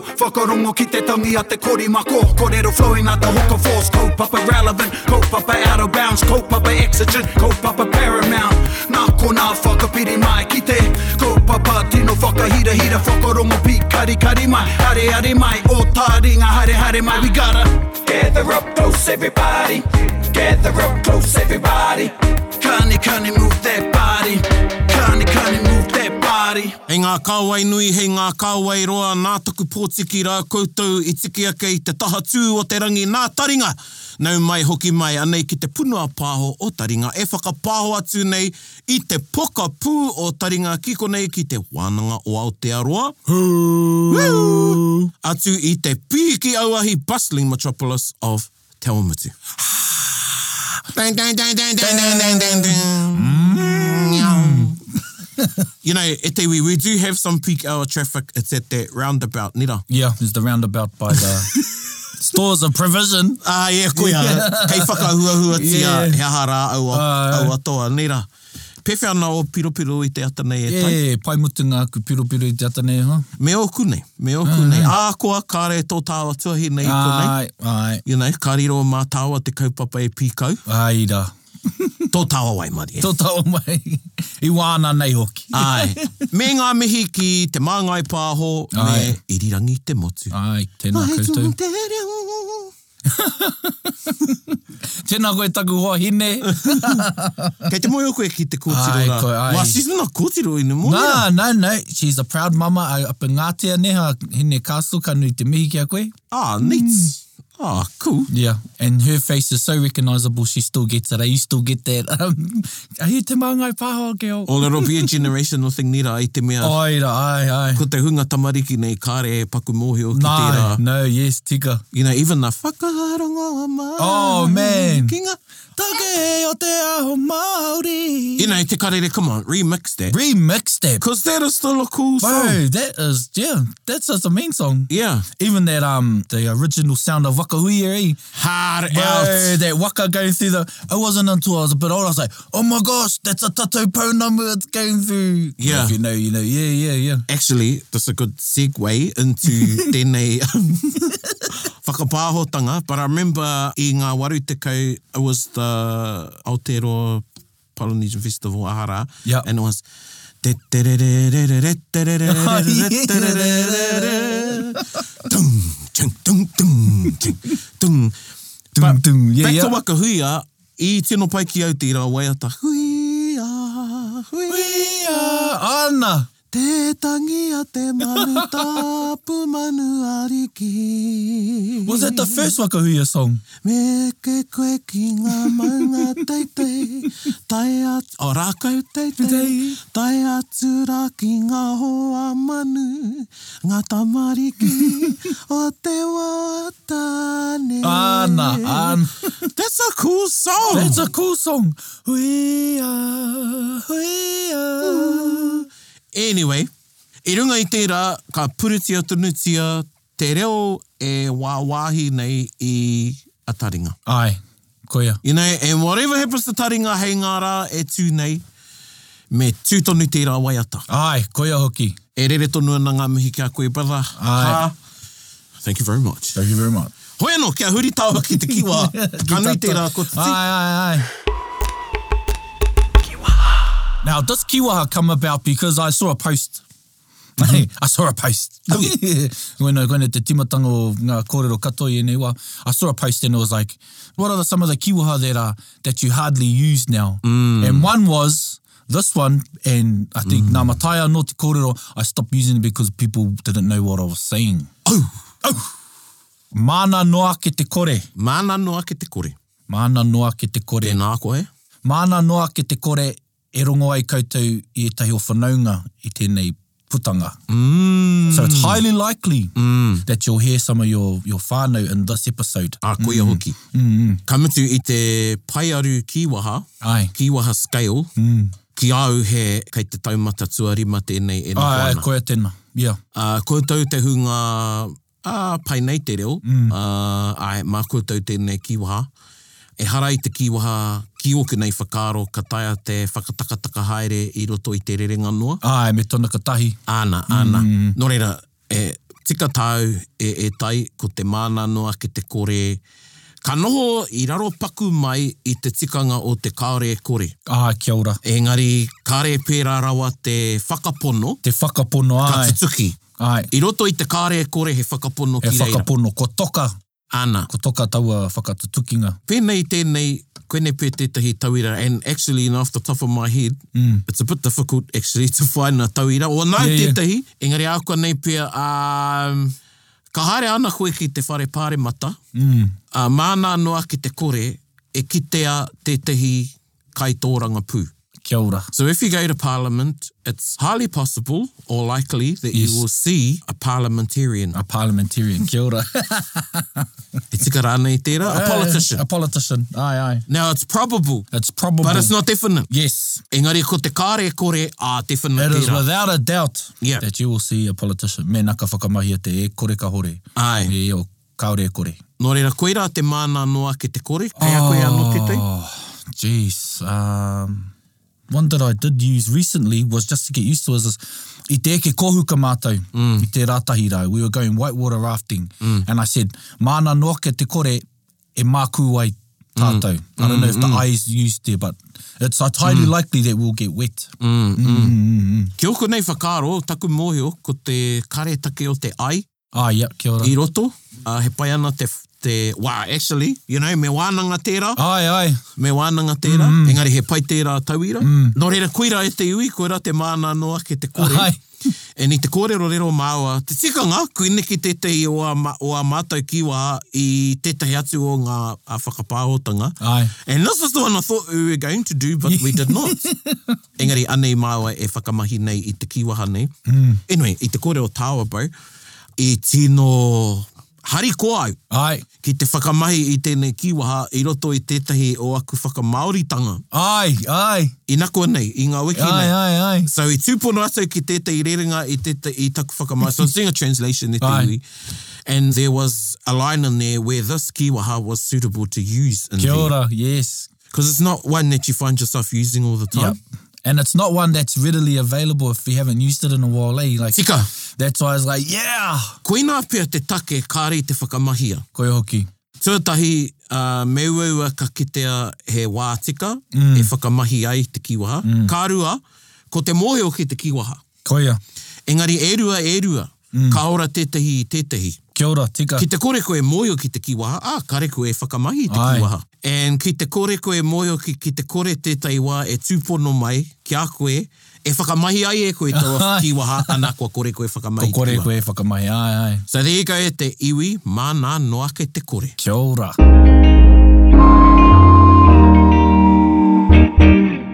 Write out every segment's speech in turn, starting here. Whakarongo ki te tangi a te korimako Kōrero flowing a te hoko force Kaupapa relevant, kaupapa out of bounds Kaupapa exigent, kaupapa paramount Nā ko nā whakapiri mai ki te Kaupapa tino whakahira hira Whakarongo pi kari kari mai Hare hare mai, o tā ringa hare hare mai We gotta Gather up close, everybody. Gather up close, everybody. Kani kani move that body Kani kani move that body Hei ngā kāwai nui, hei ngā kāwai roa, nā taku pōtiki rā koutou i tiki ake i te taha tū o te rangi nā taringa. Nau mai hoki mai anei ki te punua pāho o taringa. E whakapāho atu nei i te poka pū o taringa kiko nei ki te wānanga o Aotearoa. Woo! atu i te pīki auahi bustling metropolis of Te Awamutu. Dang, dang, dang, dang, dang, dang, dang, dang, dang. You know, e te wī, we do have some peak hour traffic. It's at that roundabout, nira. Yeah, there's the roundabout by the stores of provision. Ah, yeah, koe yeah. Kei whakahuahua tia yeah. Yeah. hea hara au, uh, Ah. au atoa, nera. Pewhia ana o piropiro i te atanei e tai. Yeah. Yeah, pai mutu ngā ku piropiro i te atane, huh? Me o kune, me o kune. Mm. Ah. Ākoa kāre tō tāwa tuahi nei ah. kune. Ai, ai, You know, kariro mā tāwa te kaupapa e pīkau. ai rā. Tō tāwa wai mari. E. Tō tau mai, i wāna nei hoki. Ai. Me ngā mihi ki te māngai pāho, me Ai. irirangi te motu. Ai, tēnā Ai, koutou. tō te reo. Tēnā koe taku hoa hine. Kei te moe o koe ki te kōtiro Ai, rā. koe, ai. Wā, she's not kōtiro i mo. Nā, nā, nā, she's a proud mama. Ai, apa Ngātea neha hine kāso kanu i te mihi kia koe. Ah, neat. Ah, cool. Yeah, and her face is so recognisable, she still gets it. You still get that. Um, ai te māngai pāho, girl. O it'll be a generational thing nira i te mea. Oh. Ai rā, ai, ai. Ko te hunga tamariki nei kāre e paku mōhio ki te No, rā. no, yes, tika. You know, even the whakaharongo a mai. Oh, man. Ki ngā take e o te aho Māori. You You know, know, te karere, come on, remix that. remix that. Because that is still a cool Bro, song. that is, yeah, that's just a main song. Yeah. Even that, um, the original sound of Waka Hui, eh? Hard Bro, out. that Waka going through the, it wasn't until I was a bit old, I was like, oh my gosh, that's a tattoo po number it's going through. Yeah. If you know, you know, yeah, yeah, yeah. Actually, that's a good segue into tēnei um, whakapāhotanga. But I remember i ngā waru tekau, it was the Aotearoa Polynesian Festival Ahara. Yep. And it was... Te te re re re re re te re re re re re te re re re re. Tung, chung, tung, tung, chung, tung. Dum, But dum, yeah, Back yeah. to Waka Huia, i tino pai ki au tira waiata. Huia, huia. Yeah, Anna. Te tangi a te manu tapu manu ariki. Was that the first Waka Huia song? Me ke koe ki ngā maunga teitei, tai atu, o rākau teitei, tai atu rā ki ngā hoa manu, ngā tamariki o te watane. Anna, Anna. Mm. That's a cool song. That's a cool song. Huia, huia. Anyway, i runga i tērā, ka purutia tunutia, te reo e wāwahi nei i a taringa. Ai, koia. You know, and whatever happens to taringa hei ngā rā e tū nei, me tūtonu tērā waiata. Ai, koia hoki. E rere tonu ana ngā mihi kia koe, brother. Ai. Ha. Thank you very much. Thank you very much. Hoi anō, kia huri tāua ki te kiwa. ka nui tērā ko te Ai, tī. ai, ai. Now, does Kiwaha come about because I saw a post? Mhm. I saw a post. when I went to timatanga o ngā kōrero katoa i nei wā, I saw a post and it was like, what are the, some of the kiwaha that, are, that you hardly use now? Mm. And one was this one, and I think mm. nā mataia no te kōrero, I stopped using it because people didn't know what I was saying. Oh! Oh! Mana noa ke te kore. Mana noa ke te kore. Mana noa ke te kore. Tēnā koe. Mana noa ke te kore e rongo ai koutou i etahi o whanaunga i tēnei putanga. Mm. So it's highly likely that you'll hear some of your, your whānau in this episode. A koe mm. hoki. Mm. Ka mutu i te paiaru kiwaha, Ai. kiwaha scale, mm. ki au he kei te taumata tuarima tēnei e nā Ai, ai, hoana. koe tēnā. Yeah. Uh, koutou te hunga uh, pai nei te reo, mm. uh, ai, mā koutou tēnei kiwaha. E hara i te kiwaha, ki oku nei whakaro, ka taia te whakatakataka haere i roto i te rerenga noa. Ai, me tōna katahi. Āna, āna. Mm. Nō reira, e, Tika tau e, e tai ko te mānanoa ki te kore. Ka noho i raro paku mai i te tikanga o te kaore kore. Ah, kia ora. Engari, kāre pērā rawa te whakapono, Te whakapono ka ai. tutuki. Ai, I roto i te kāre kore he whakapono e ki reira. whakapono. Ko toka, Ana. ko toka taua whakatutukinga. Pēnei tēnei, koenei pē tētahi tauira, and actually, and off the top of my head, Mm. it's a bit difficult actually to find a tauira. O nau Yeah, yeah, yeah. tētahi, yeah. engari a kua nei pia, um, ka haere ana koe ki te whare pāre mata, Mm. uh, māna noa ki te kore, e kitea tētahi kai tōranga pū. Kia ora. So if you go to Parliament, it's highly possible or likely that Yes. Ah. you will see a parliamentarian. A parliamentarian. Kia ora. E tika rāna i tērā, Eh. a politician. A politician. Ai, ai. Now it's probable, It's probable. but it's not definite. Yes. Engari ko te kāre kore a te It is whanatira. without a doubt Yeah. that you will see a politician. Me naka whakamahia te e kore ka hore. Ai. E o kaore e kore. Nō reira, koe rā te māna noa ki te kore, kei a koe anō te tei. Oh, jeez. Um, one that I did use recently was just to get used to is this, i te eke kohu ka mātou, mm. i te rātahi rau. We were going whitewater rafting, mm. and I said, māna noa ke te kore e māku ai tātou. Mm. I don't know if the mm. is used there, but it's highly mm. likely that we'll get wet. Mm. Ki oko nei whakaro, taku mōhio ko te kare take o te ai Ah, yeah, kia ora. i roto. Uh, he pai ana te, te, wow, actually, you know, me wānanga tērā. Ai, ai. me wānanga tērā, mm. engari he pai tērā tauira. Mm. Nō reira, koira e te iwi, koira te māna noa ke te kore. Ai. E ni te kore rorero māua. Te tikanga, kuine ki tētahi o a, ma- o a mātou kiwa i tētahi atu o ngā a whakapāhotanga. Ai. And this is the one I thought we were going to do, but we did not. Engari, anei māua e whakamahi nei i te kiwaha nei. Mm. Anyway, i te kore o Tāua Bau, i tino hariko au Ai. ki te whakamahi i tēnei kiwaha i roto i tētahi o aku whakamaoritanga. Ai, ai. I nako nei, i ngā wiki Ai, nei. ai, ai. So i tūpono atau ki tētahi rerenga i tētahi i taku whakamaori. So I'm seeing a translation e te Ai. iwi. And there was a line in there where this kiwaha was suitable to use in Kia there. ora, yes. Because it's not one that you find yourself using all the time. Yep. And it's not one that's readily available if we haven't used it in a while, eh? Like, Tika, that's why I was like, yeah! koina pia te take kāre i te whakamahia. Koe hoki. Tuatahi uh, meuaua ka kitea he wātika, mm. e whakamahi ai te kiwaha. Mm. Kārua, ko te mōheo ki te kiwaha. Koia. Engari, e rua, e rua. Mm. Ka ora tētahi i tētahi. Kia ora, tika. Ki te kore koe mōheo ki te kiwaha, ā, kare koe e whakamahi i te Ai. kiwaha. And ki te kore koe mōheo ki, ki te kore tētahi wā e tūpono mai, ki a koe, e whakamahi ai e koe tō Ai. kiwaha, anā kua kore koe Ko whakamahi i te kore kiwaha. koe whakamahi, ai, ai. So there you go, e te iwi, mānā noa kei te kore. Kia ora.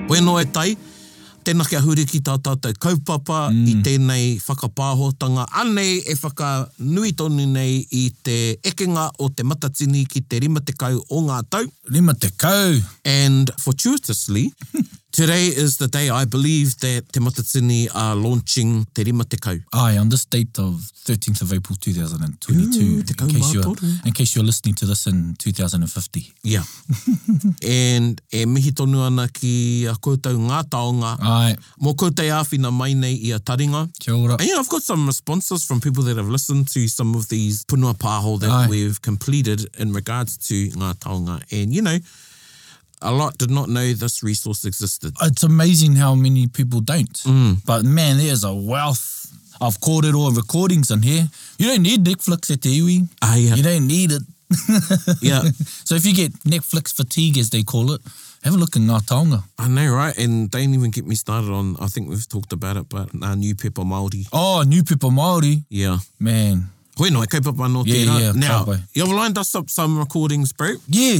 Poeno e tai, tēnā kia huri ki tā tātou kaupapa mm. i tēnei whakapāhotanga. Anei e whakanui tonu nei i te ekenga o te matatini ki te rima te kau o ngā tau. Lima te kau. And fortuitously, today is the day I believe that te matatini are launching te rima te kau. Aye, on this date of 13th of April 2022, Ooh, te kau in, case you're, mātoru. in case you're listening to this in 2050. Yeah. And e mihi tonu ana ki a koutou ngā taonga. Aye, Mō koutou āwhina mai nei i a taringa. kia ora. And yeah, I've got some responses from people that have listened to some of these punua pāho that Aye. we've completed in regards to ngā taonga. And, you know, a lot did not know this resource existed. it's amazing how many people don't. Mm. But man, there's a wealth of kōrero and recordings in here. You don't need Netflix at the iwi. Ah, yeah. You don't need it. Yeah, So if you get Netflix fatigue, as they call it, have a look in Ngā Taonga. I know, right? And don't even get me started on, I think we've talked about it, but our new pepper Māori. Oh, New People Māori. Yeah. Man. Hoi nō, kaupapa no Yeah, tērā. yeah, now, kaupapa. you've lined us up some recordings, bro. Yeah.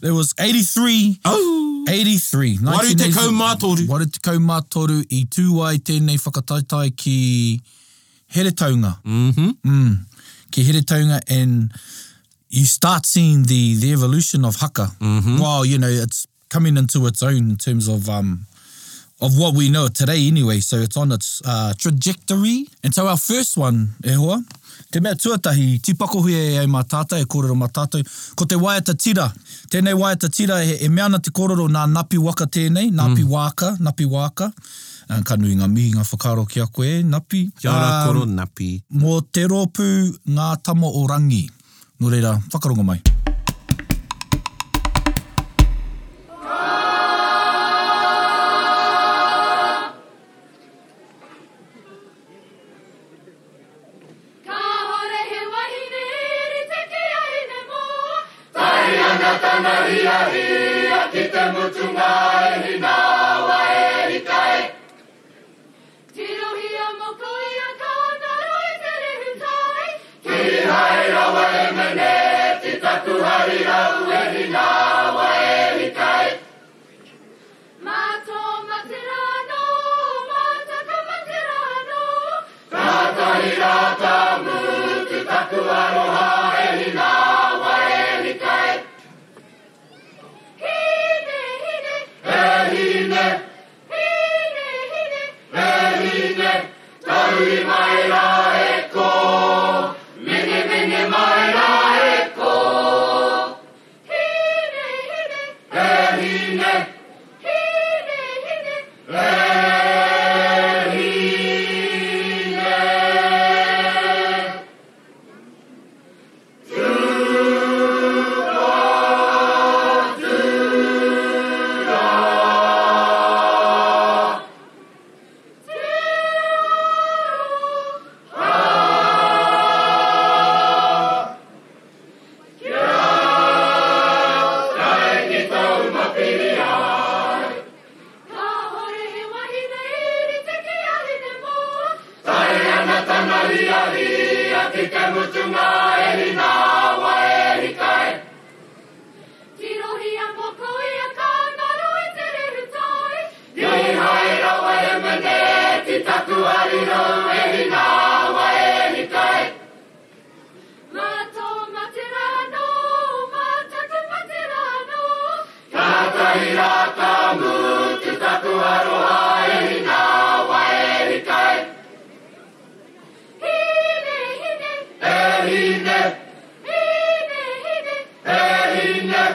There was 83 Oh, 83. Waru te kau 1983. mātoru. Waru te kau mātoru i tū ai tēnei whakataitai ki here taunga. Mm-hmm. Mm. Ki here taunga and you start seeing the, the evolution of haka. Mm-hmm. Well, you know, it's coming into its own in terms of um, of what we know today anyway. So it's on its uh, trajectory. And so our first one, e hoa, te mea tuatahi, tipako hui e ai mā tātou, e kōrero mā tātou, ko te waiata tira. Tēnei waiata tira, e, e meana te kōrero nā napi waka tēnei, napi mm. waka, napi waka. Uh, ka nui ngā mihi ngā whakaro ki a koe, Napi. Kia ora, Um, koro, napi. Mō te rōpū ngā tamo o rangi. Nō reira, whakarongo mai. Ka hore he wahine eri te ki ahi ne mō. Tai ana tana ria hia ki te mutunga e hina wa e rikai. Tiro hia mo koi a ka na roi te rehu tai. Ki hae rawa e mene, ti taku hari rau e hina wa e rikai. Mātō materano, mātaka materano, Ka hore he wahine eri te ki ahi ne mō. Tai ana tana ria ria ki te mutunga e hina wa e rikai. Ki rohi a moko i a ka naro i te rehu tai. Ki hae rawa e mene ti taku ari rau e hina wa e rikai. Mato materano, mataku materano. Hine, hine. Hine, hine.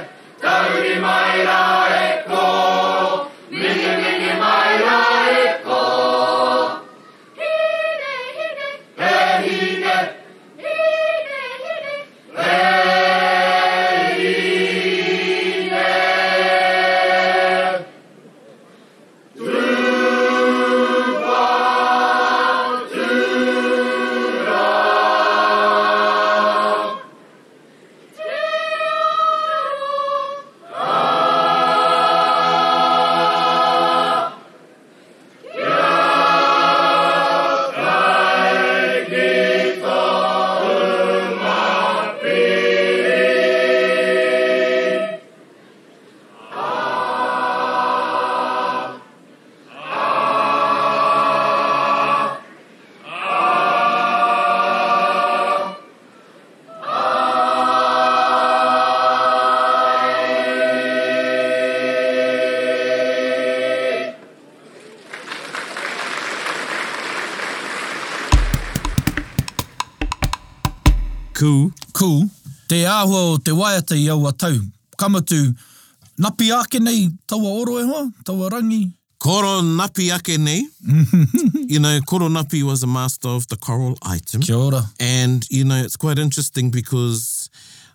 E e Hine, hine. Hine, hine. E Cool. Cool. Te āhua o te waiata i aua tau. Kamatu, napi ake nei, taua oro e hoa, taua rangi. Koro Napi ake nei. you know, Koro Napi was a master of the choral item. Kia ora. And, you know, it's quite interesting because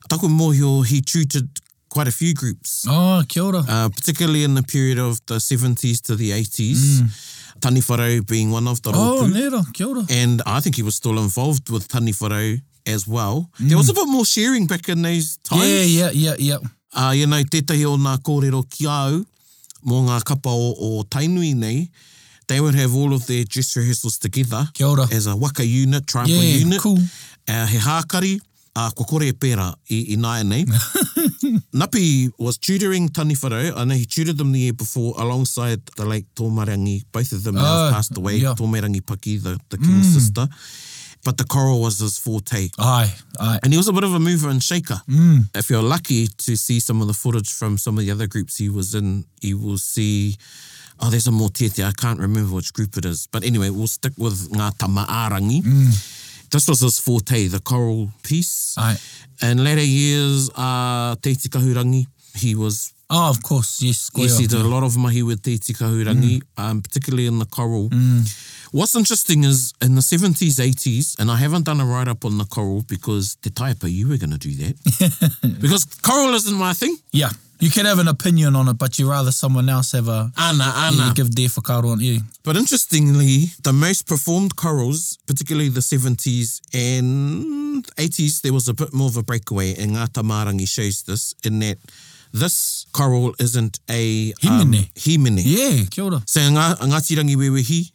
Taku Mohio, he tutored quite a few groups, Ah, kia ora. uh, particularly in the period of the 70s to the 80s. Tani Wharau being one of the Mm. oh, rōpū. nera, kia ora. And I think he was still involved with Tani Wharau as well. There was a bit more sharing back in those times. Mm. Yeah, yeah, yeah, yeah. Uh, you know, tētahi o ngā kōrero ki au, mō ngā kapa o, o Tainui nei, they would have all of their dress rehearsals together Kia ora. as a waka unit, tribal Yeah, unit. cool. Uh, he hākari, uh, ko kore e pērā i, i nāia nei. Napi was tutoring Tani Wharau. I know he tutored them the year before alongside the late Tōmarangi. Both of them now Oh, have passed away. yeah. Mm. Tōmarangi Paki, the, the king's sister. But the choral was his forte. Ai, ai. And he was a bit of a mover and shaker. If you're lucky to see some of the footage from some of the other groups he was in, you will see, oh, there's a more tete. I can't remember which group it is. But anyway, we'll stick with Ngā Tamaarangi. This was his Ah. forte, the choral piece. Ai. And later years, uh, Te Tikahurangi. he was Oh, of course, yes. Koe Yes, he au. did a lot of mahi with Tēti Kahurangi, um, particularly in the coral. What's interesting is in the 70s, 80s, and I haven't done a write up on the coral because Te Taipa, you were going to do that. because coral isn't my thing. Yeah. You can have an opinion on it, but you rather someone else have a... Ana, ana. Yeah, give their whakaro on you. But interestingly, the most performed corals, particularly the 70s and 80s, there was a bit more of a breakaway, and Ngata Marangi shows this in that this coral isn't a um, Himene. himene. Yeah, kia ora. So Ngā, Ngāti Rangi Wewehi,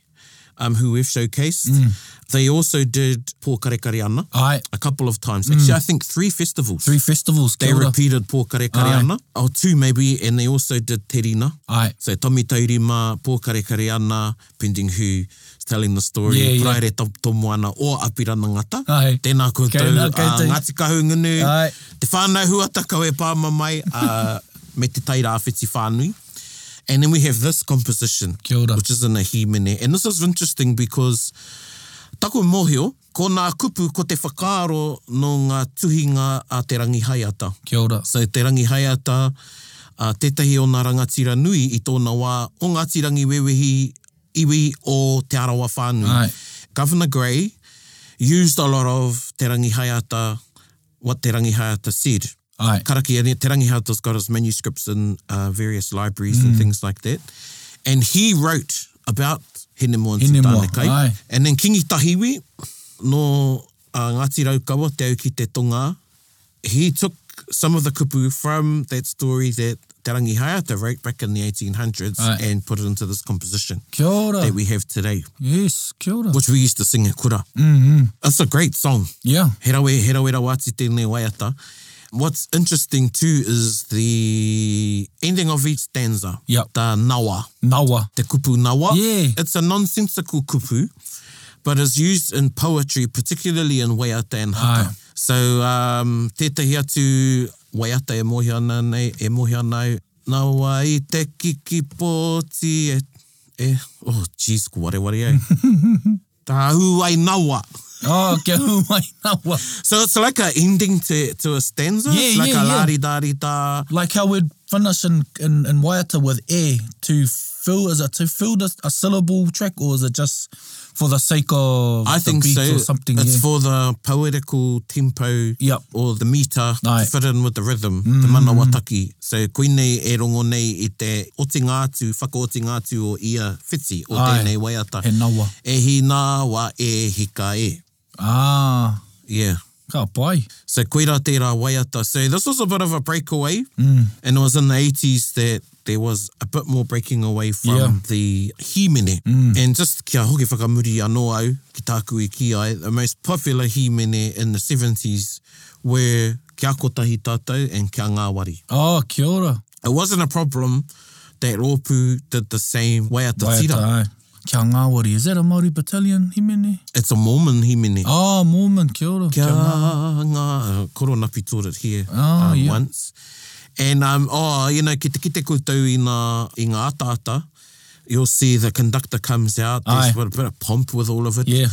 um, who we've showcased, Mm. they also did Pōkarekare Ana Ai, a couple of times. Actually, I think three festivals. Ah. Mm. three festivals, they kia ora. repeated Pōkarekare Aye. Ana, or two maybe, and they also did Te Rina. Ai, So Tommy Taurima, Pōkarekare Ana, pending who's telling the story, Yeah, yeah. Praere to, Tomo Ana o Apirana Ngata. Aye. Tēnā koutou, Tēnā uh, koutou. Ngāti Kahungunu, Aye. te whānau huatakau e pāma mai, uh, me te taira awhiti whānui. And then we have this composition, Kia ora. which is in a himene. And this is interesting because taku mōhio, ko ngā kupu ko te whakaaro no ngā tuhinga a te rangi haiata. kia ora. So te rangi haiata, uh, tētahi o ngā rangatira nui i tōna wā o ngā tirangi wewehi iwi o te arawa whānui. Ai. Governor Gray used a lot of te rangi haiata, what te rangi haiata said. Ai, Karaki, and te rangi hauta's got his manuscripts in uh, various libraries Mm. and things like that. And he wrote about Hene Moa and Te Hene Moa, Tāne Kai. aye. And then Kingi Tahiwi, no uh, Ngāti Raukawa, Te Auki Te Tonga, he took some of the kupu from that story that Te Rangi Hayata wrote back in the 1800s Aye. and put it into this composition kia ora. that we have today, Yes, kia ora. which we used to sing at Kura. Mm-hmm. It's a great song. Yeah, He rawe, he rawe rawati tēnei waiata. What's interesting too is the ending of each stanza. Yep. The nawa, nawa. the kupu nawa. Yeah. It's a nonsensical kupu, but it's used in poetry, particularly in waiata and haka. Aye. So um, tētahi atu waiata e mohi ana nei, e mohi ana nawa i te kiki pōti e, e, oh jeez, ko ware ware au. Tāhu ai nawa. Oh, kia mai nawa. So it's like a ending to to a stanza. Yeah, it's like yeah, a yeah. la di da di da. Like how we'd finish in, in, in Waiata with e to fill, is it to fill this, a syllable track or is it just for the sake of I the think beat so. or something? it's yeah. for the poetical tempo Yep. or the meter Aye. Mm-hmm. to fit in with the rhythm, the mana wataki. So koinei e rongo nei i te oti ngātu, whakaoti ngātu o ia whiti o Aye. tēnei waiata. He nawa. E hi nā wa e hika e. Ah, Yeah. ka pai. So koira tērā waiata. So this was a bit of a breakaway. Mm. And it was in the 80s that there was a bit more breaking away from Yeah. the himene. Mm. And just kia hoki whakamuri anō au ki tāku i ki ai, the most popular himene in the 70s were kia kotahi tātou and kia ngāwari. Oh, kia ora. It wasn't a problem that Rōpū did the same waiata, Waiata, tira. ai. Kia ngāwari. Is that a Māori battalion, Himene? It's a Mormon himene. Oh, Mormon, kia ora. Kia ngā- ngā, koronapi taught it here Oh, um, yeah. once. And, um, oh, you know, ki te kite koutou i ngā, i ngā ataata, you'll see the conductor comes out, Aye. there's a bit of pomp with all of it. Yeah.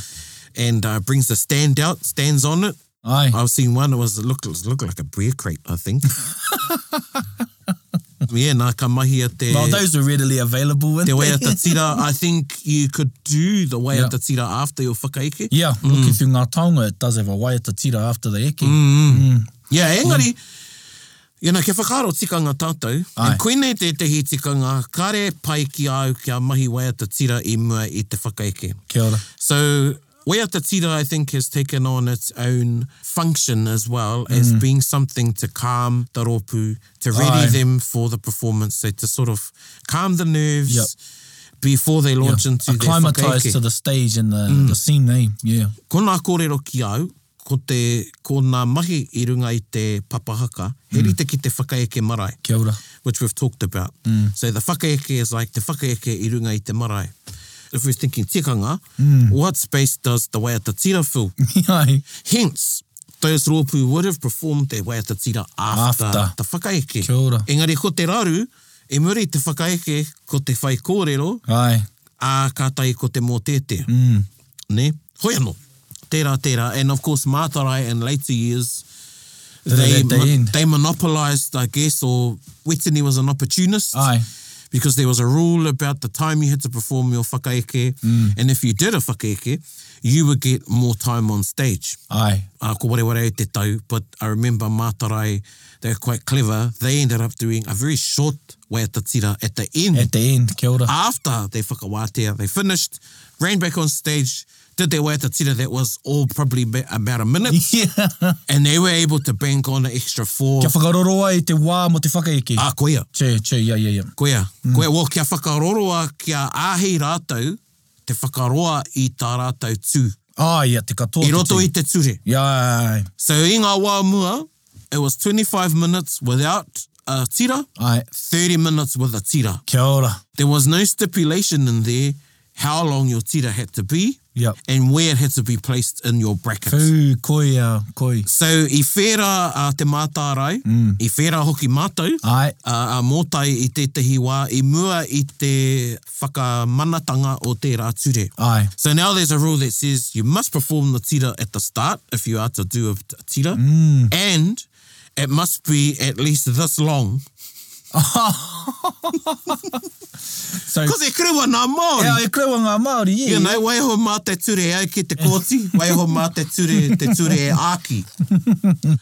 And uh, brings the stand out, stands on it. Ai. I've seen one, it was it looked, it looked like a beer crate, I think. yeah, nā ka mahi a te... Well, those are readily available. weren't Eh, Te wai they? tira, I think you could do the wai Yeah. tira after your whakaike. Yeah, looking through ngā taonga, it does have a way at the tira after the eke. Mm. Yeah, Mm. engari, you know, ke whakaro tikanga tātou, Ai. and koinei te tehi tikanga, kare pai ki au kia mahi waiata tira i mua i te whakaeke. Kia ora. So, waiata tira, I think, has taken on its own function as well Mm. as being something to calm the rōpū, to ready Aye. them for the performance, so to sort of calm the nerves Yep. before they launch into their Acclimatized whakaeke. to the stage and the, Mm. the scene, eh? Yeah. Ko nā kōrero ki au, ko, te, ko nā mahi i runga i te papahaka, he Mm. rite ki te whakaeke marae, Kia ora. which we've talked about. Mm. So the whakaeke is like te whakaeke i runga i te marae. If we're thinking tikanga, Mm. what space does the waiata tira fill? Ai. Hence, those rōpū would have performed their waiata tira after, After. the whakaeke. Kia ora. Engari, ko te raru, e muri te whakaeke ko te whai kōrero, Ai. a kātai ko te mōtete. Mm. Ne? Hoi anō. Tērā, tērā. And of course, Mātarai in later years, they at the end. they monopolized, I guess, or Whitney was an opportunist. Aye. Because there was a rule about the time you had to perform your whakaeke, mm. and if you did a whakaeke, you would get more time on stage. Aye. Uh, ko ware ware au te tau, but I remember Matarai, they were quite clever. They ended up doing a very short way at the tira at the end. At the end, kia Ah. ora. after they whakawātea, they finished, ran back on stage, did their way at the tira, that was all probably ba- about a minute, Yeah. and they were able to bank on an extra four. Kia whakaroro ai te wā mo te whakaeke. Ah, koia, Che, che, yeah, yeah, yeah. koia, mm. koia. Well, kia whakaroroa, kia āhei rātau, te whakaroa i tā rātau tū. Ah, yeah, te katoa. I te roto tere. i te ture. Yeah, aye, So i ngā wā mua, it was 25 minutes without a tira, aye. Aye. 30 minutes with a tira. Kia ora. There was no stipulation in there how long your tira had to be Yep. and where it had to be placed in your bracket. Pū, koi, uh, koi. So i whera uh, te mātārai, mm. i whera hoki mātou, Aye. uh, a mōtai i tētahi wā, i mua i te whakamanatanga o te rā ture. Aye. So now there's a rule that says you must perform the tira at the start if you are to do a tira, mm. and it must be at least this long. So, Because e krewa nā maori. yeah, e krewa ngā Māori, yeah. You know, wai ho mā te ture au ki te kōti, wai ho mā te ture, te ture e āki.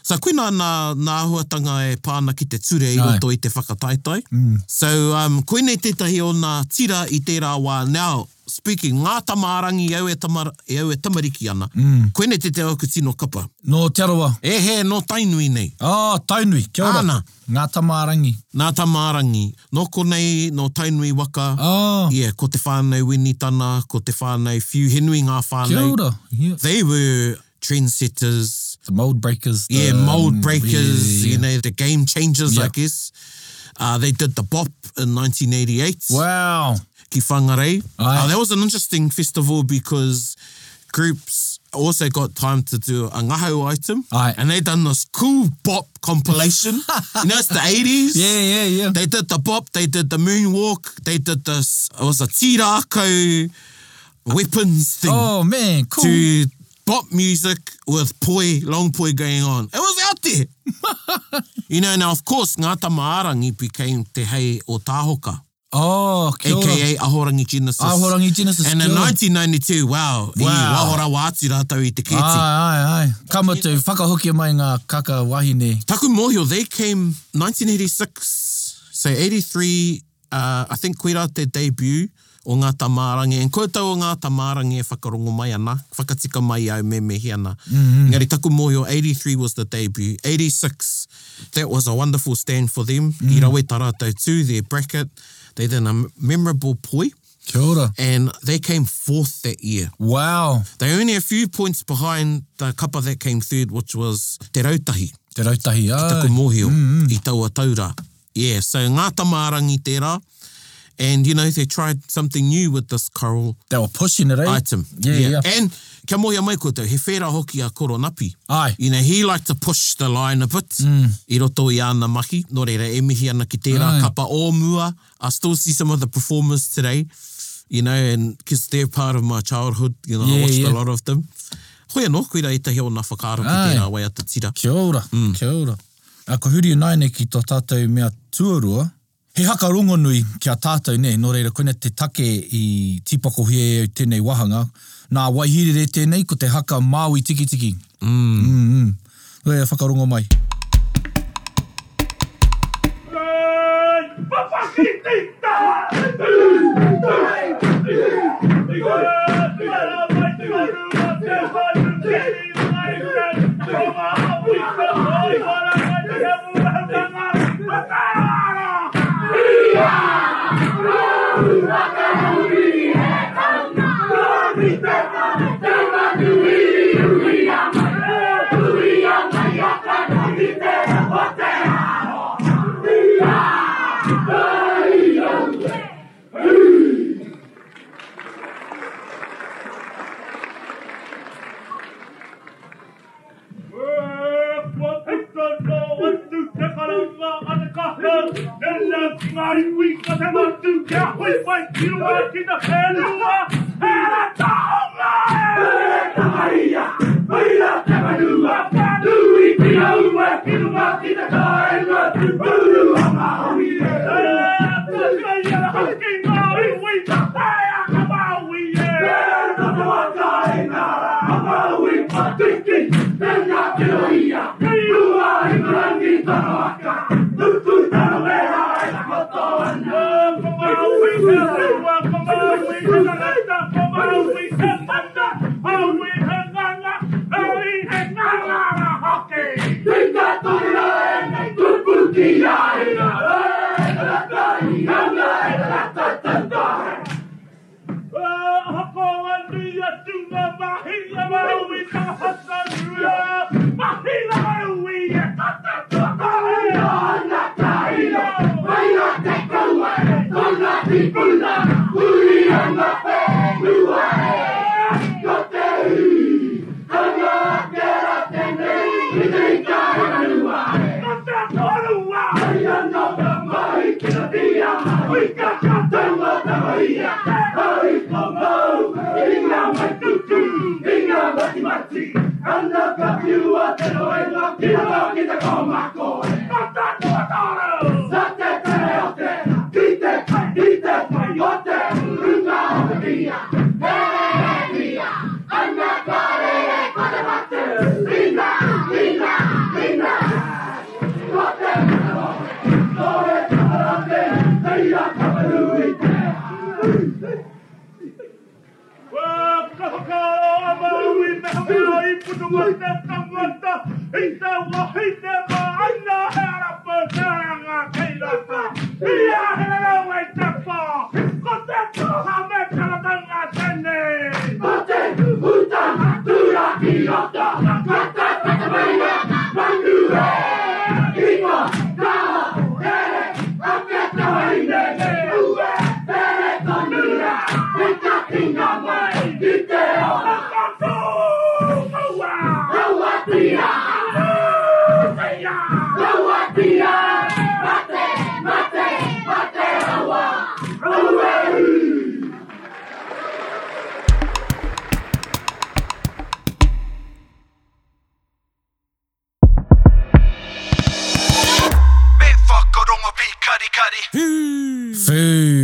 so koina nā, nā huatanga e pāna ki te ture i Ai. roto i te whakataitai. Mm. So um, koinei tētahi o nā tira i tērā wā. Now, speaking, ngā tamarangi au e, tamar, e, au e tamariki ana. Mm. Koinei te te oku tino kapa. No, te arawa. E he no tainui nei. Ah, tainui, kia ora. Āna. Ngā tamārangi. Nā tamarangi. No konei, no tainui waka. Ah, Yeah, ko te whānau wini tana, ko te whānau whiu henui ngā whānau. kia ora. Yeah. they were trendsetters, The mold breakers. the- yeah, mold breakers, Um, Yeah, yeah, you know, the game changers, I Yeah. guess. Uh, they did the Bop in 1988, yeah. Wow. Ki Whangarei. Aye. Uh, that was an interesting festival because groups also got time to do a ngahau item. Aye. And they done this cool Bop compilation. you know, it's the 80s. Yeah, yeah, yeah. They did the Bop, they did the Moonwalk, they did this, it was a Tirako weapons thing oh, man, cool. to pop music with poi, long poi going on. It was out there. you know, now of course, Ngata Maarangi became Te Hei o Tāhoka, Oh, kia ora. aka Ahorangi Genesis. Ahorangi Genesis, And in kia ora. 1992, wow, wow. i Wow. wahora wāti rātau i te Ai, kēti. ai, ai. Kamatu, whakahoki mai ngā kaka wahine. Taku Mōhio, they came 1986, so 83, uh, I think koe rā te debut o ngā tamārangi. And koe tau o ngā tamārangi e whakarongo mai ana, whakatika mai au me mehi ana. Mm-hmm. Ngari Taku Mōhio, 83 was the debut. 86, that was a wonderful stand for them. Mm. I rawe tā rātou tū, their bracket. They did a memorable poi. Kia ora. And they came fourth that year. Wow. They only a few points behind the kapa that came third, which was Te Rautahi. Te rautahi, Taku ai. mōhio mm, mm. i taua taura. Yeah, so ngā tamārangi tērā. And, you know, they tried something new with this coral They were pushing it, eh? item. Yeah, yeah. And kia mōia mai koutou, he whera hoki a Koronapi. Ai. You know, he liked to push the line a bit. Mm. I roto i ana mahi. Nō reira, e mihi ana ki tērā Ai. kapa o mua. I still see some of the performers today, you know, and because they're part of my childhood, you know, I Yeah, watched yeah. a lot of them. Hoi anō, koeira i tahi o nā whakaaro ki Ai. tērā wai ata tira. Kia ora, mm. kia ora. A ko huri nai nei ki tō tātou mea tuarua, he haka rongo nui kia tātou ne, nō reira koina te take i tipako hie au tēnei wahanga, nā waihirere tēnei ko te haka māui tiki tiki. Mm. Mm, mm. Rea whakarongo mai. Yeah.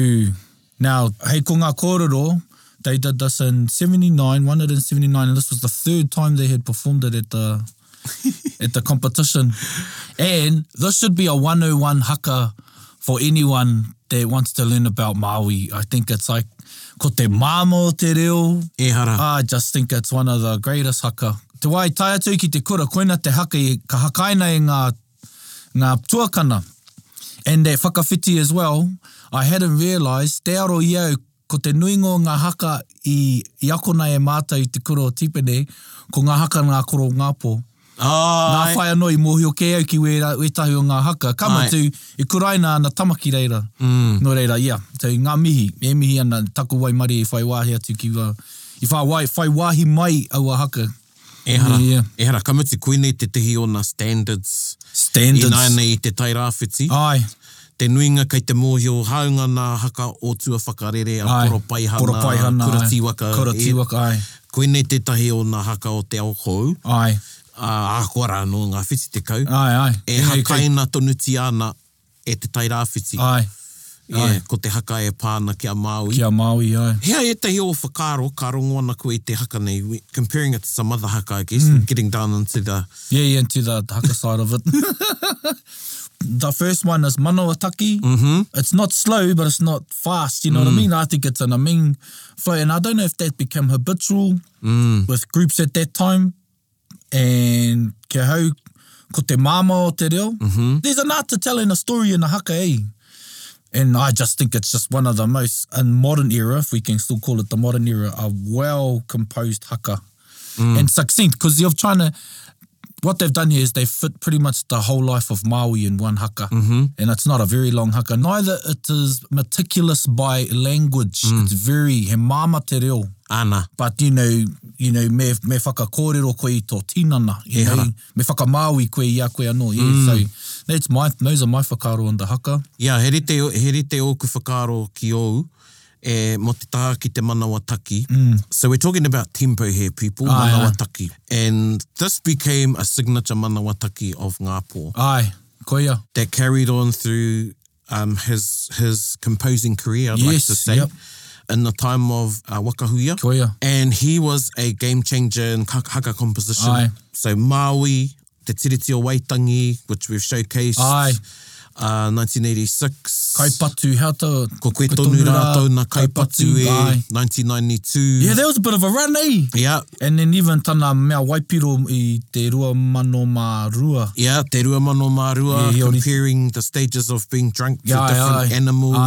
Hey, ko ngā kōrero, they did this in 79, 179, and this was the third time they had performed it at the at the competition. And this should be a 101 haka for anyone that wants to learn about Maui. I think it's like, ko te māmo te reo. E hara. I just think it's one of the greatest haka. Te wai tai atu ki te kura, koina te haka i ka hakaina i ngā, ngā tuakana. And that whakawhiti as well, I hadn't realised, te aro iau, ko te nui ngō ngā haka i, i akona e mātou i te kura o tipene, ko ngā haka ngā koro ngāpō. Ah. Nā Ai. whai anō i mōhio ke au ki wera, wetahi o ngā haka. Ka Ai. matu, i kuraina ana tamaki reira. Mm. No reira, ia. Tau ngā mihi, e mihi ana taku wai mari i whai wāhi atu ki wā. I whai wai, whai wāhi mai au a haka. E hara, Ia. e hara, ka muti koinei te tehi o nā standards. Standards. Ah. I nai nei i te tai rāwhiti. Ai, Te nuinga kei te mōhi o haunga nā haka o tua whakarere a ai. koro paihana, Koro paihana, ai. kura tiwaka. Kura tiwaka, ai. E, koinei te tahi o nā haka o te aukou, Ai, a akoara anō ngā whiti te kau. ai, ai. E hakaina tonu ti ana e te tai rāwhiti. Ai, E, ko te haka e pāna kia Māui. kia Māui, ai. Hea e te o whakaro, ka rongo ana koe i te haka nei, we- comparing it to some other haka, I Mm. guess, getting down into the, Yeah, yeah, into the haka side of it. the first one is Manawataki. Mm-hmm. It's not slow, but it's not fast. You know what I mean? I think it's an amazing flow. And I don't know if that became habitual mm, with groups at that time. And kia hau, ko te māma o te reo. Mm-hmm. There's an art to telling a story in a haka, eh? And I just think it's just one of the most, in modern era, if we can still call it the modern era, a well-composed haka. And succinct, because you're trying to, what they've done here is they fit pretty much the whole life of Maui in one haka. Mm-hmm. And it's not a very long haka. Neither it is meticulous by language. It's very he māma te reo. ana. But you know, you know, me, me whakakōrero koe i tō tinana. You know, me whakamaui koe i a koe anō. Yeah, Mm. So that's my, those are my whakaro on the haka. Ia, he rite o, he rite o ku whakaro ki ou, eh, mo te taha ki te manawa taki. Mm. So we're talking about tempo here, people, Ai, manawa ai. taki. And this became a signature manawa taki of Ngāpō Ai, ko ia. that carried on through um, his his composing career, I'd like Yes, to say, yep. in the time of uh, Wakahuia. Ko ia. And he was a game changer in ka- haka composition. Aye. So Maui, Te Tiriti o Waitangi, which we've showcased. Aye. Uh, 1986. Kai patu, how to... Ko koe tonu rātou na Kaipatu e Ai. 1992. Yeah, there was a bit of a run, eh? yeah, And then even tana mea waipiro i te rua mano mā rua. yeah, te rua mano mārua, Yeah, yeah, ori- comparing the stages of being drunk to Yeah, aye, different aye. animals.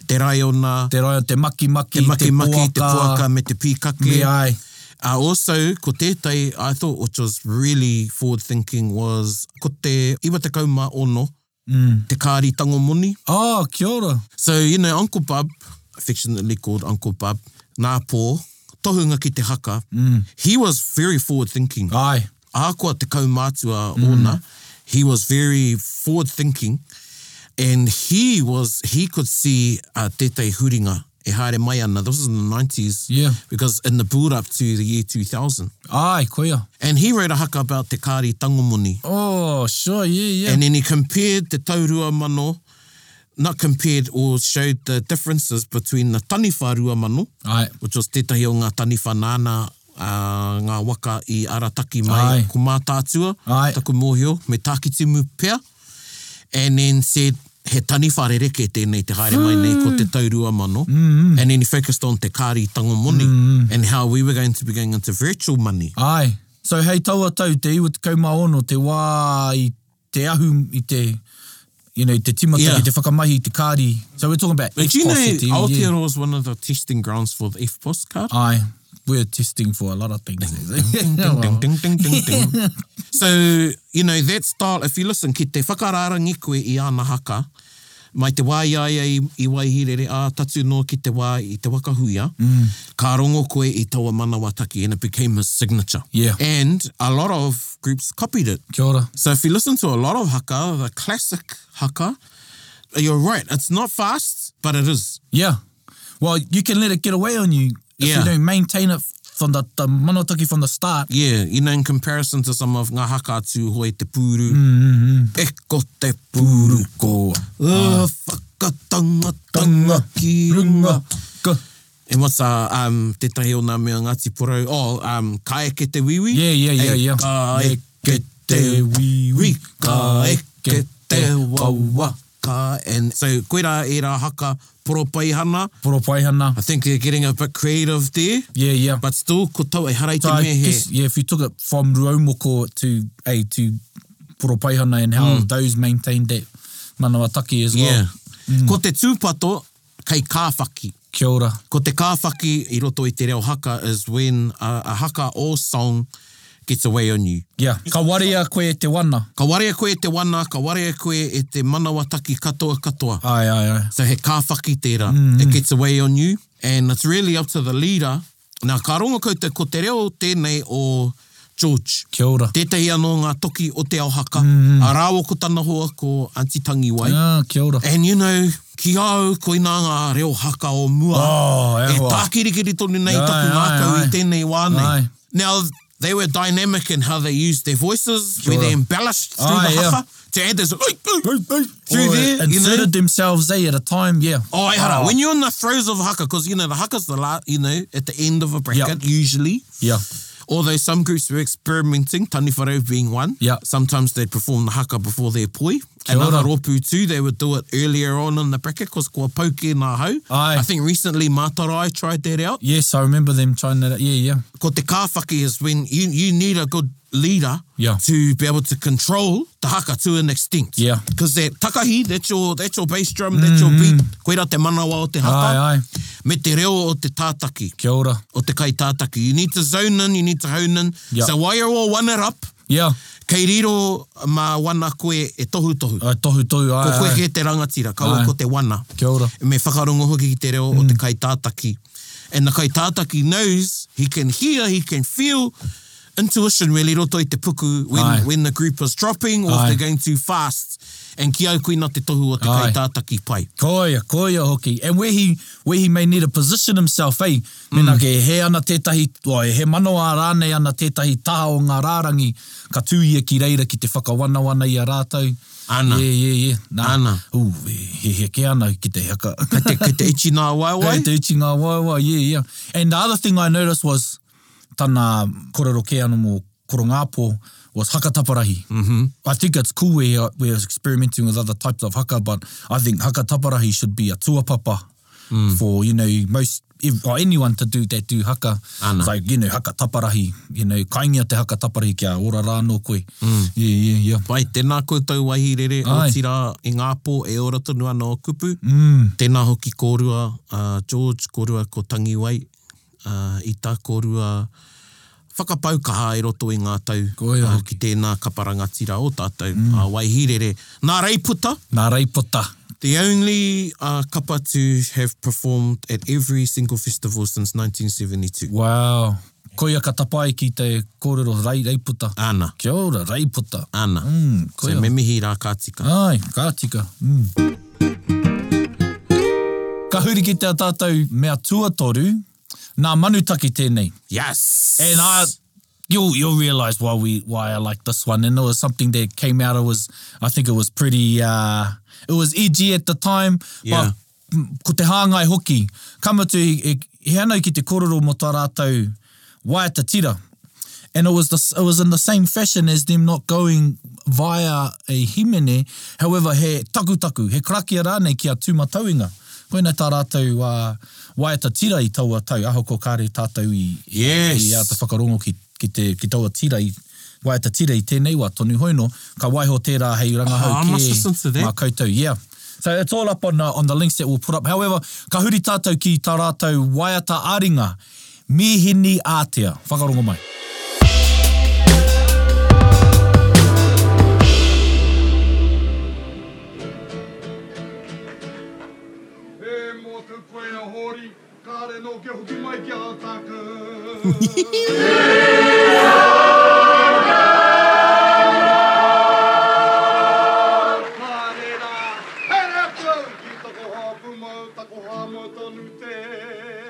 Aye. Te rai ona, Te roi o te maki maki, te maki maki, te puaka poaka. me te pīkake. Me ai. Uh, also, ko tētai, I thought which was really forward thinking was ko te iwa te kauma ono, mm. te kāri tango moni. Oh, kia ora. So, you know, Uncle Bub, fictionally called Uncle Bub, nā pō, tohunga ki te haka, mm. he was very forward thinking. Ai. Ākua te kaumātua mm. ona, he was very forward thinking and he was he could see uh, tētai huringa e haere mai ana. This was in the 90s Yeah. because in the build up to the year 2000. Ai, ko ia. And he wrote a haka about te kāri tangomuni. Oh, sure, yeah, yeah. And then he compared the taurua mano, not compared or showed the differences between the taniwharua mano, Ai. which was tētahi o ngā taniwhanana uh, ngā waka i Arataki mai Ai. ko mātātua, Ai. taku mōhio, me tākitimu pea. And then said, he taniwharereke tēnei te haere mai nei ko te taurua mano. Mm. Mm-hmm. And then he focused on te kāri tangomoni mm-hmm. and how we were going to be going into virtual money. Ai. So hei taua tau te iwa te kaumaono, te wā i te ahu, i te, you know, i te timata, Yeah. yeah. i te whakamahi, i te kāri. So we're talking about But you know, ex-positive, yeah. Aotearoa is one of the testing grounds for the FPOS card. Ai. We're testing for a lot of things. Ding, ding, ding, ding, ding, ding, ding. so, you know, that style, if you listen, ki te whakararangi koe i ana haka, mai te wā ia ia i, i waihirere a tatu noa ki te wā i te wakahuia, mm. ka rongo koe i taua manawa taki, and it became his signature. Yeah. And a lot of groups copied it. Kia ora. So if you listen to a lot of haka, the classic haka, you're right, it's not fast, but it is. Yeah. Well, you can let it get away on you if Yeah. you don't maintain it from the, the manotaki from the start. Yeah, you know, in comparison to some of ngā haka atu hoi te pūru. Mm, mm, E ko te pūru ko. Uh, whakatanga tanga ki runga. Ka- And what's uh, um, te tahi o nā mea Ngāti Porau? Oh, um, ka eke te wiwi? Yeah, yeah, yeah, e yeah. Ka eke te wiwi, ka eke te wawa. Ka, and so, koe rā e rā haka poropaihana. Poro pai hana. I think they're getting a bit creative there. Yeah, yeah. But still, ko tau e harai te So I mea he. guess, yeah, if you took it from Ruomoko to a to Poropaihana and how those maintained that manawataki as well. Hmm. Yeah. Mm. Ko te tūpato, kei kāwhaki. Kia ora. Ko te kāwhaki i roto i te reo haka is when a, a haka or song gets away on you. Yeah. Ka waria koe te wana. Ka warea koe e te wana, ka warea koe e te manawataki katoa katoa. Ai, ai, ai. So he kāwhaki tērā. Mm. It gets away on you and it's really up to the leader. Nā, ka rongo koutou te, ko te reo tēnei o George. Kia ora. Tētahi anō ngā toki o te auhaka. Mm. A rāo ko tāna hoa ko Auntie Tangi Wai. Ah, kia ora. And you know, ki au koina ngā reo haka o mua. Oh, e e hoa. tākirikiri tonu nei Ai, taku ngākau i ai, ai. tēnei wānei. Ai. Now, they were dynamic in how they used their voices, Sure. where they embellished through Ai, the yeah. haka. To add this, oi, oi, oi, through Or there, you inserted know. themselves eh, at a time, yeah. Oh, ai hara, Wow. when you're in the throes of haka, because, you know, the haka's the la you know, at the end of a bracket, Yep. usually. Yeah. Although some groups were experimenting, taniwharau being one. Yeah. Sometimes they'd perform the haka before their poi. And ora. other ropu too, they would do it earlier on in the bracket because kua poke nā hau. Aye. I think recently Matarai tried that out. Yes, I remember them trying that. Yeah, yeah. Ko te kāwhaki is when you, you need a good leader Yeah. to be able to control the haka to an extent. Yeah. Mm. Because that takahi, that's your, that's your bass drum, that's your beat. Koeira te manawa o te haka. Ai, ai. Me te reo o te tātaki. Kia ora. o te kaitātaki. You need to zone in, you need to hone in. Yeah. So while you're all one it up, Yeah. kei riro mā wana koe e tohu tohu. Ai, tohu tohu. Ai, ko koe ai. ke te rangatira, kaua Ai. ko te wana. Kia ora. Mm. Me whakarongo hoki ki te reo o te kaitātaki. And the kaitātaki knows, he can hear, he can feel intuition really roto i te puku when, Ai. when the group is dropping or Ai. if they're going too fast. and ki au koina te tohu o te Ai. kaitātaki pai. Koia, koia hoki. And where he, where he may need to position himself, eh? Mena mm. ke he ana tētahi, o he manoa rānei ana tētahi taha o ngā rārangi, ka tūia ki reira ki te whakawanawana i a rātau. Ana. Yeah, yeah, yeah. Nā. Ana. Ū, he, he ke ana ki te haka. Kei te, kei te ichi nā wai wai. Kei te uchi ngā waiwai, yeah, yeah. And the other thing I noticed was, tāna korero ke anu mō korongāpō, was haka taparahi. Mm-hmm. I think it's cool where we're experimenting with other types of haka, but I think haka taparahi should be a tuapapa mm. for, you know, most, if, or anyone to do that do haka. Ana. It's like, you know, haka taparahi, you know, kaingia te haka taparahi kia ora rāno koe. Mm. Yeah, yeah, yeah. Pai, tēnā koutou wahirere, Ai. Aotearoa i Ngāpō, e ora tonu ana o kupu. Mm. Tēnā hoki kōrua, uh, George, kōrua ko Tangi Wai, uh, i tā kōrua whakapaukaha e roto i ngā tau. Koe Ah, hoki. ki tēnā kaparangatira o tātou, mm. uh, wahirere. Nā reiputa, Nā reipota. The only uh, Kapatu have performed at every single festival since 1972. Wow. Koia ka tapai ki te kōrero rei, reiputa. Ana, Kia ora, reiputa. ana. Mm, so koia. me mihi rā kātika. Ai, kātika. Mm. Ka huri ki te tātou mea tuatoru, nā manutaki tēnei. Yes! And I, you'll, you'll realise why we why I like this one. And it was something that came out, it was, I think it was pretty, uh, it was edgy at the time. Yeah. But mm, ko te hāngai hoki, kamatu e, e, he anau ki te kororo mo tā rātou waiata tira. And it was the, it was in the same fashion as them not going via a himene. However, he takutaku, he karakia rānei ki a tūmatauinga. Koina tā rātou uh, waiata tira i taua tau, aho ko kāre tātou i, Yes. i, i a te whakarongo ki, ki, te, ki taua tira i waiata tira i tēnei wā tonu hoino, ka waiho tērā hei rangahau Ah, I ke must listen to that. mā koutou, yeah. So it's all up on, uh, on the links that we'll put up. However, ka huri tātou ki tā rātou waiata aringa, mihini ātea, whakarongo mai. E mō te koena hori, kāre nō ke hoki mai ki a tāka. Kāre rā, here tau ki tako hāpu mau, tako hāmu tonu te.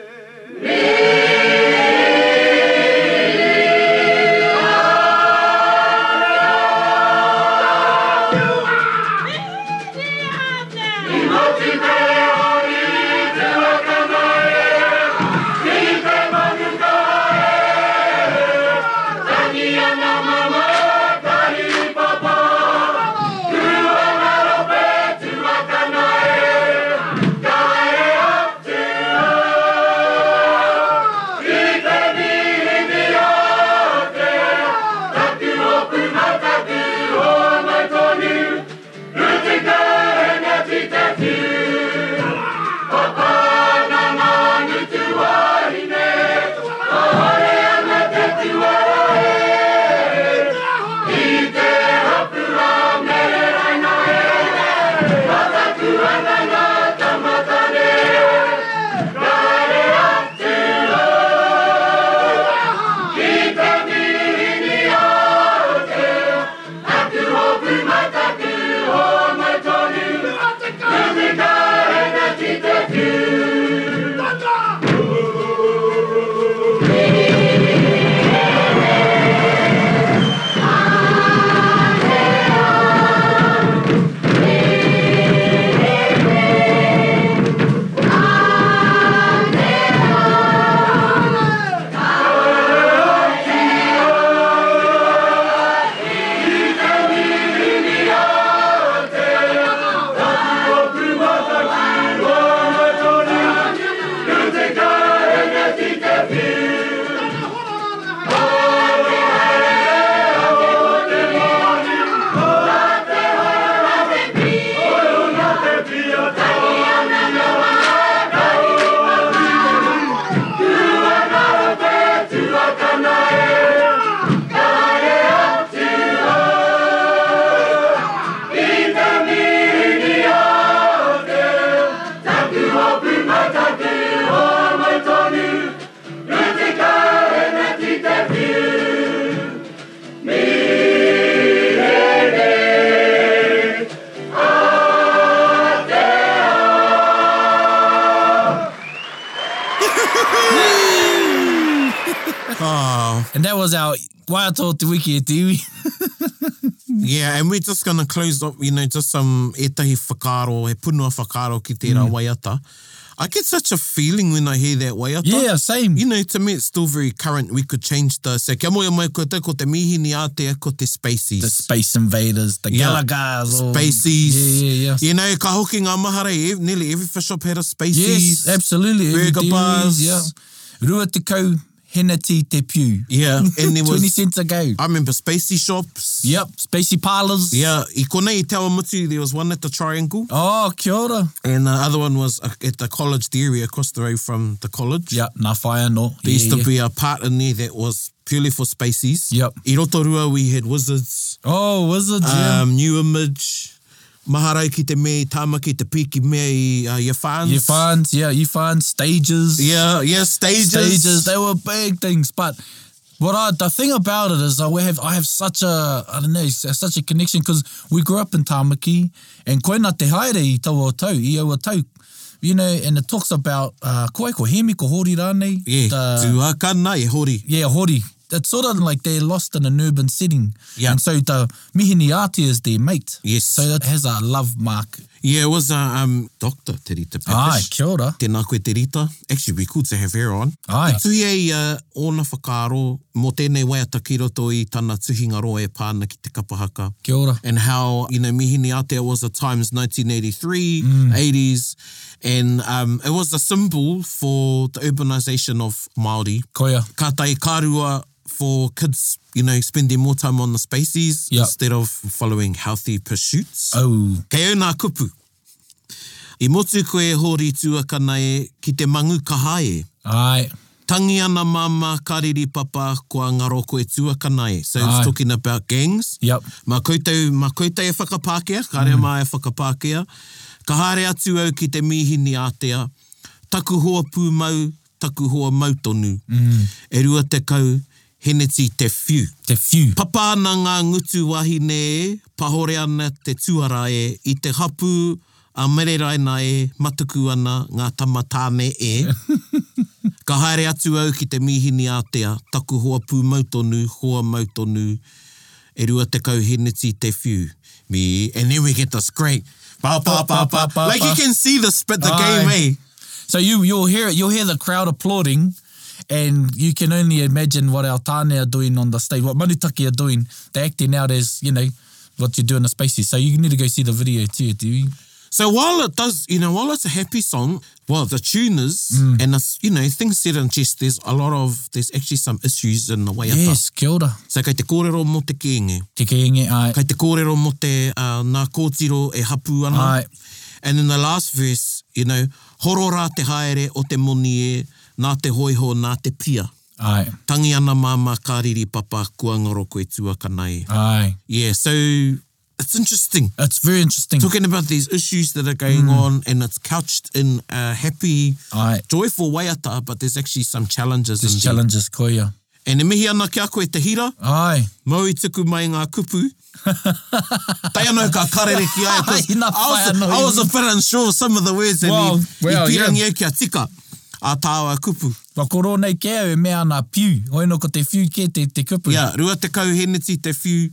And that was our Waiato Te Wiki e Te Iwi. Yeah, and we're just going to close up, you know, just some etahi whakaro, he punua whakaro ki tērā mm. waiata. I get such a feeling when I hear that waiata. yeah, same. You know, to me, it's still very current. We could change the... So, kia moia mai ko te, ko te mihini ātea, ko te spaces. the Space Invaders, the Yeah. Galagars. all- Spaces. Yeah, yeah, yeah. You know, ka hoki ngā mahara, e- nearly every fish shop had a Spaces. Yes, absolutely. every Burger dairy, bars. Yeah. Rua te kau, hena ti te piu. Yeah, and there 20 was... cents a go. I remember Spacey shops. Yep, spacey parlors. Yeah, i konei i Tawamutu, there was one at the Triangle, Oh, kia ora. and the other one was uh, at the college dairy across the road from the college. Yep, nā whaia no. There used yeah, to yeah. be a part in there that was purely for spaces. Yep. I Rotorua, we had Wizards, Oh, wizards, yeah. um, New Image, Maharai ki te mea, i Tāmaki, te Piki mea, i uh, your fans. You find, yeah, you find stages. Yeah, yeah, stages. stages. They were big things, but what I the thing about it is I we have I have such a I don't know s- such a connection because we grew up in Tamaki and koina te haere i tau o tau i au o tau. You know, and it talks about uh, koe ko hemi ko hori rānei. yeah, the- tuakana e hori. yeah, hori. It's sort of like they're lost in an urban setting. Yeah. And so the mihini ate is their mate. Yes. So that has a love mark. Yeah, it was a um, doctor, Te Rita Ai, Papish. kia ora. Tēnā koe Te Rita. Actually, it'd be cool to have her on. Ai. Tuhi ei uh, ōna whakaaro, mō tēnei waiata ki roto i tāna tuhingaroa e pāna ki te kapahaka. Kia ora. and how you know Mihini Aotea was the times 1983 Mm. 80s and um, it was a symbol for the urbanization of Maori Koia. ka tai karua for kids you know spending more time on the spaces Yep. instead of following healthy pursuits Oh. Kei au nā kupu i motu koe hori tuakana e ki te mangu kahae Ai. Tangi ana mama, kariri papa, kua ngaro koe tuakana e. So Ai. it's talking about gangs. Yep. Mā koutou, mā koutou e whakapākea, ka rea mā e whakapākea. Ka haere atu au ki te mihini ātea. Taku hoa pū mau, taku hoa mautonu. Mm. E rua te kau, heneti te whiu. Te few. Papa ana ngā ngutu wahine e, pahore ana te tuara e, i te hapu a mere raina e, matuku ana ngā tamatāne e. Ka haere atu au ki te mihini ātea, taku hoa pū mautonu, hoa mautonu, e rua te kau heneti te whiu. Me, and then we get this great, pa pa pa pa, pa. like you can see the sp- the Aye. game, eh? So you you'll hear it. You'll hear the crowd applauding, and you can only imagine what our tāne are doing on the stage. What Manutaki are doing. They're acting out as you know what you do in the spaces. So you need to go see the video too. Do you? So while it does, you know, while it's a happy song, well, the tuners and it's, you know, things said in jest, there's a lot of, there's actually some issues in the way of Yes, kia ora. So kei te kōrero mō te kēnge, Te kēngi, ai. kei te kōrero mō te uh, nā kōtiro e hapu ana. Ai. And in the last verse, you know, horo rā te haere o te moni e, nā te hoiho, nā te pia. Ai, Tangi ana māma kāriri papa kua ngoro koe tuakana e. ai. Yeah, so it's interesting. It's very interesting. talking about these issues that are going on and it's couched in a happy, Hmm. Aye. joyful waiata, but there's actually some challenges There's in challenges, koia. there. And e mihi ana kia koe te hira, Ai. mau i tuku mai ngā kupu. Tei anau ka karere ki ai. 'cause Ai, nā I, was, whai anō I was i. a bit unsure of some of the words and Wow, well, well, i pirangi e yeah. kia tika a tāua kupu. Wakoro nei kia e mea nā piu. Hoino ko te fiu ke te, te kupu. Yeah, rua te kau heneti te whiu.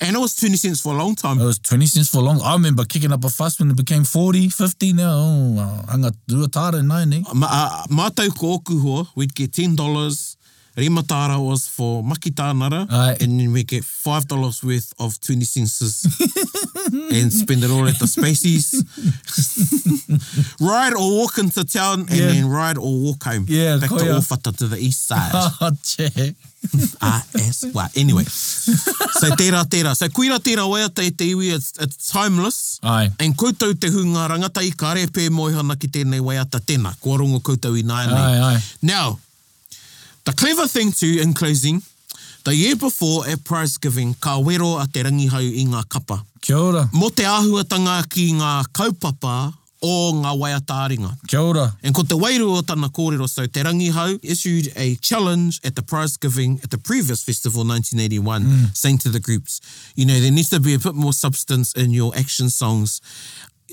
And it was 20 cents for a long time. It was 20 cents for long. I remember kicking up a fuss when it became 40, 50 now. Oh, hanga rua tāre nai nei. Ma, uh, mātou ko oku hoa, we'd get $10. Rimatara was for maki tānara. Aye. And then we get $5 worth of 20 senses and spend it all at the spaces. ride or walk into town and Yeah. then ride or walk home. Yeah, Back to koia. Ōwhata to the east side. Oh, che. R-S-Y. Anyway. so tērā tērā. So kuira tērā waiata e te iwi, it's, it's timeless. Ai. And koutou te hunga rangatai ka re pē moihana ki tēnei waiata tēnā. Kua rongo koutou i nāianei. Ai, ai. Now, the clever thing too, in closing, the year before at prize giving, ka wero a te rangihau i ngā kapa. Kia ora. Mō te āhuatanga ki ngā kaupapa o ngā waiatāringa. Kia ora. And ko te wairua o tana kōrero, so Te Rangihau issued a challenge at the prize giving at the previous festival 1981, Hmm. saying to the groups, you know, there needs to be a bit more substance in your action songs.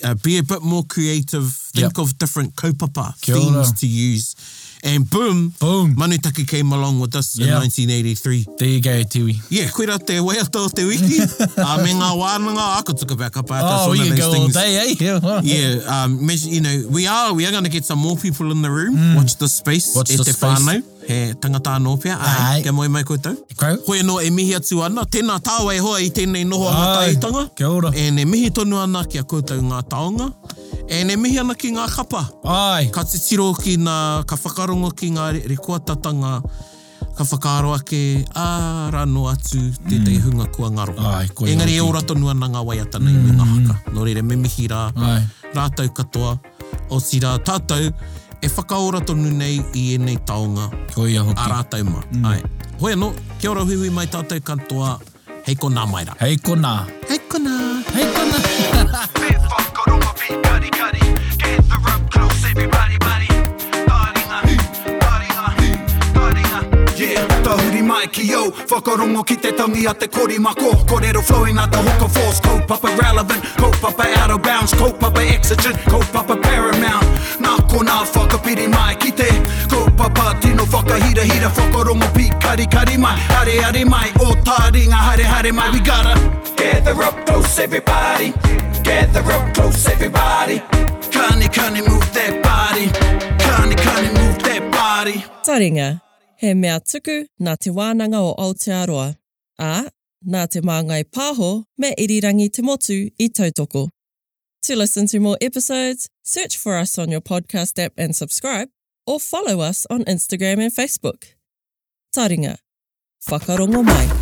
Uh, be a bit more creative. Think Yep. of different kaupapa Kia ora. themes to use. And boom, Boom. Manutaki came along with us in Yeah. 1983. There you go, Tiwi. Yeah, koera te wea tō te wiki. uh, me ngā wānanga, I could talk about kapata. It's Oh, one we of can those go things- all day, eh? Yeah. all right. Yeah, um, mes- you know, we are we are going to get some more people in the room. Watch the space. Mm. Watch e the te space. whānau, he tangata anō pea. Ai, Ai. kia moe mai koutou. Koe. Koe no e mihi atu ana, tēnā tāwai hoa i tēnei noho Ai, ana tāitanga. kia ora. E ne mihi tonu ana kia koutou ngā taonga. E ne mihi ana ki ngā kapa. Ai. Ka te tiro ki ngā, ka whakarongo ki ngā re, re kuatatanga, ka whakaaro ake ā rano atu te mm. tei hunga kua ngaro. Ai, koe Engari hoki. e ora tonu ana ngā wai ata nei mm. me ngā haka. Nō reira, me mihi rā, Ai. rātau katoa, o si rā tātou, e whakaora tonu nei i enei taonga Ko ia hoki. a rātau ma. Mm. Ai. Hoi anō, kia ora hui hui mai tātou katoa, hei ko nā mai rā. Hei kona. Hei ko nā. Hei kona. Yeah, tahuri mai ki yo Whakarongo ki te tangi a te kori mako Korero flowing a te hoka force Kaupapa relevant, kaupapa out of bounds Kaupapa exigent, kaupapa paramount Nā ko nā whakapiri mai ki te Kaupapa tino whakahira hira Whakarongo pi kari kari mai Hare hare mai, o tā ringa hare hare mai We gotta Gather up close, everybody. Gather up close, everybody. Kani kani move that body Kani kani move that body Taringa, he mea tuku nā te wānanga o Aotearoa, ā, nā te māngai pāho me irirangi te motu i tautoko. To listen to more episodes, search for us on your podcast app and subscribe, or follow us on Instagram and Facebook. Taringa, whakarongo mai.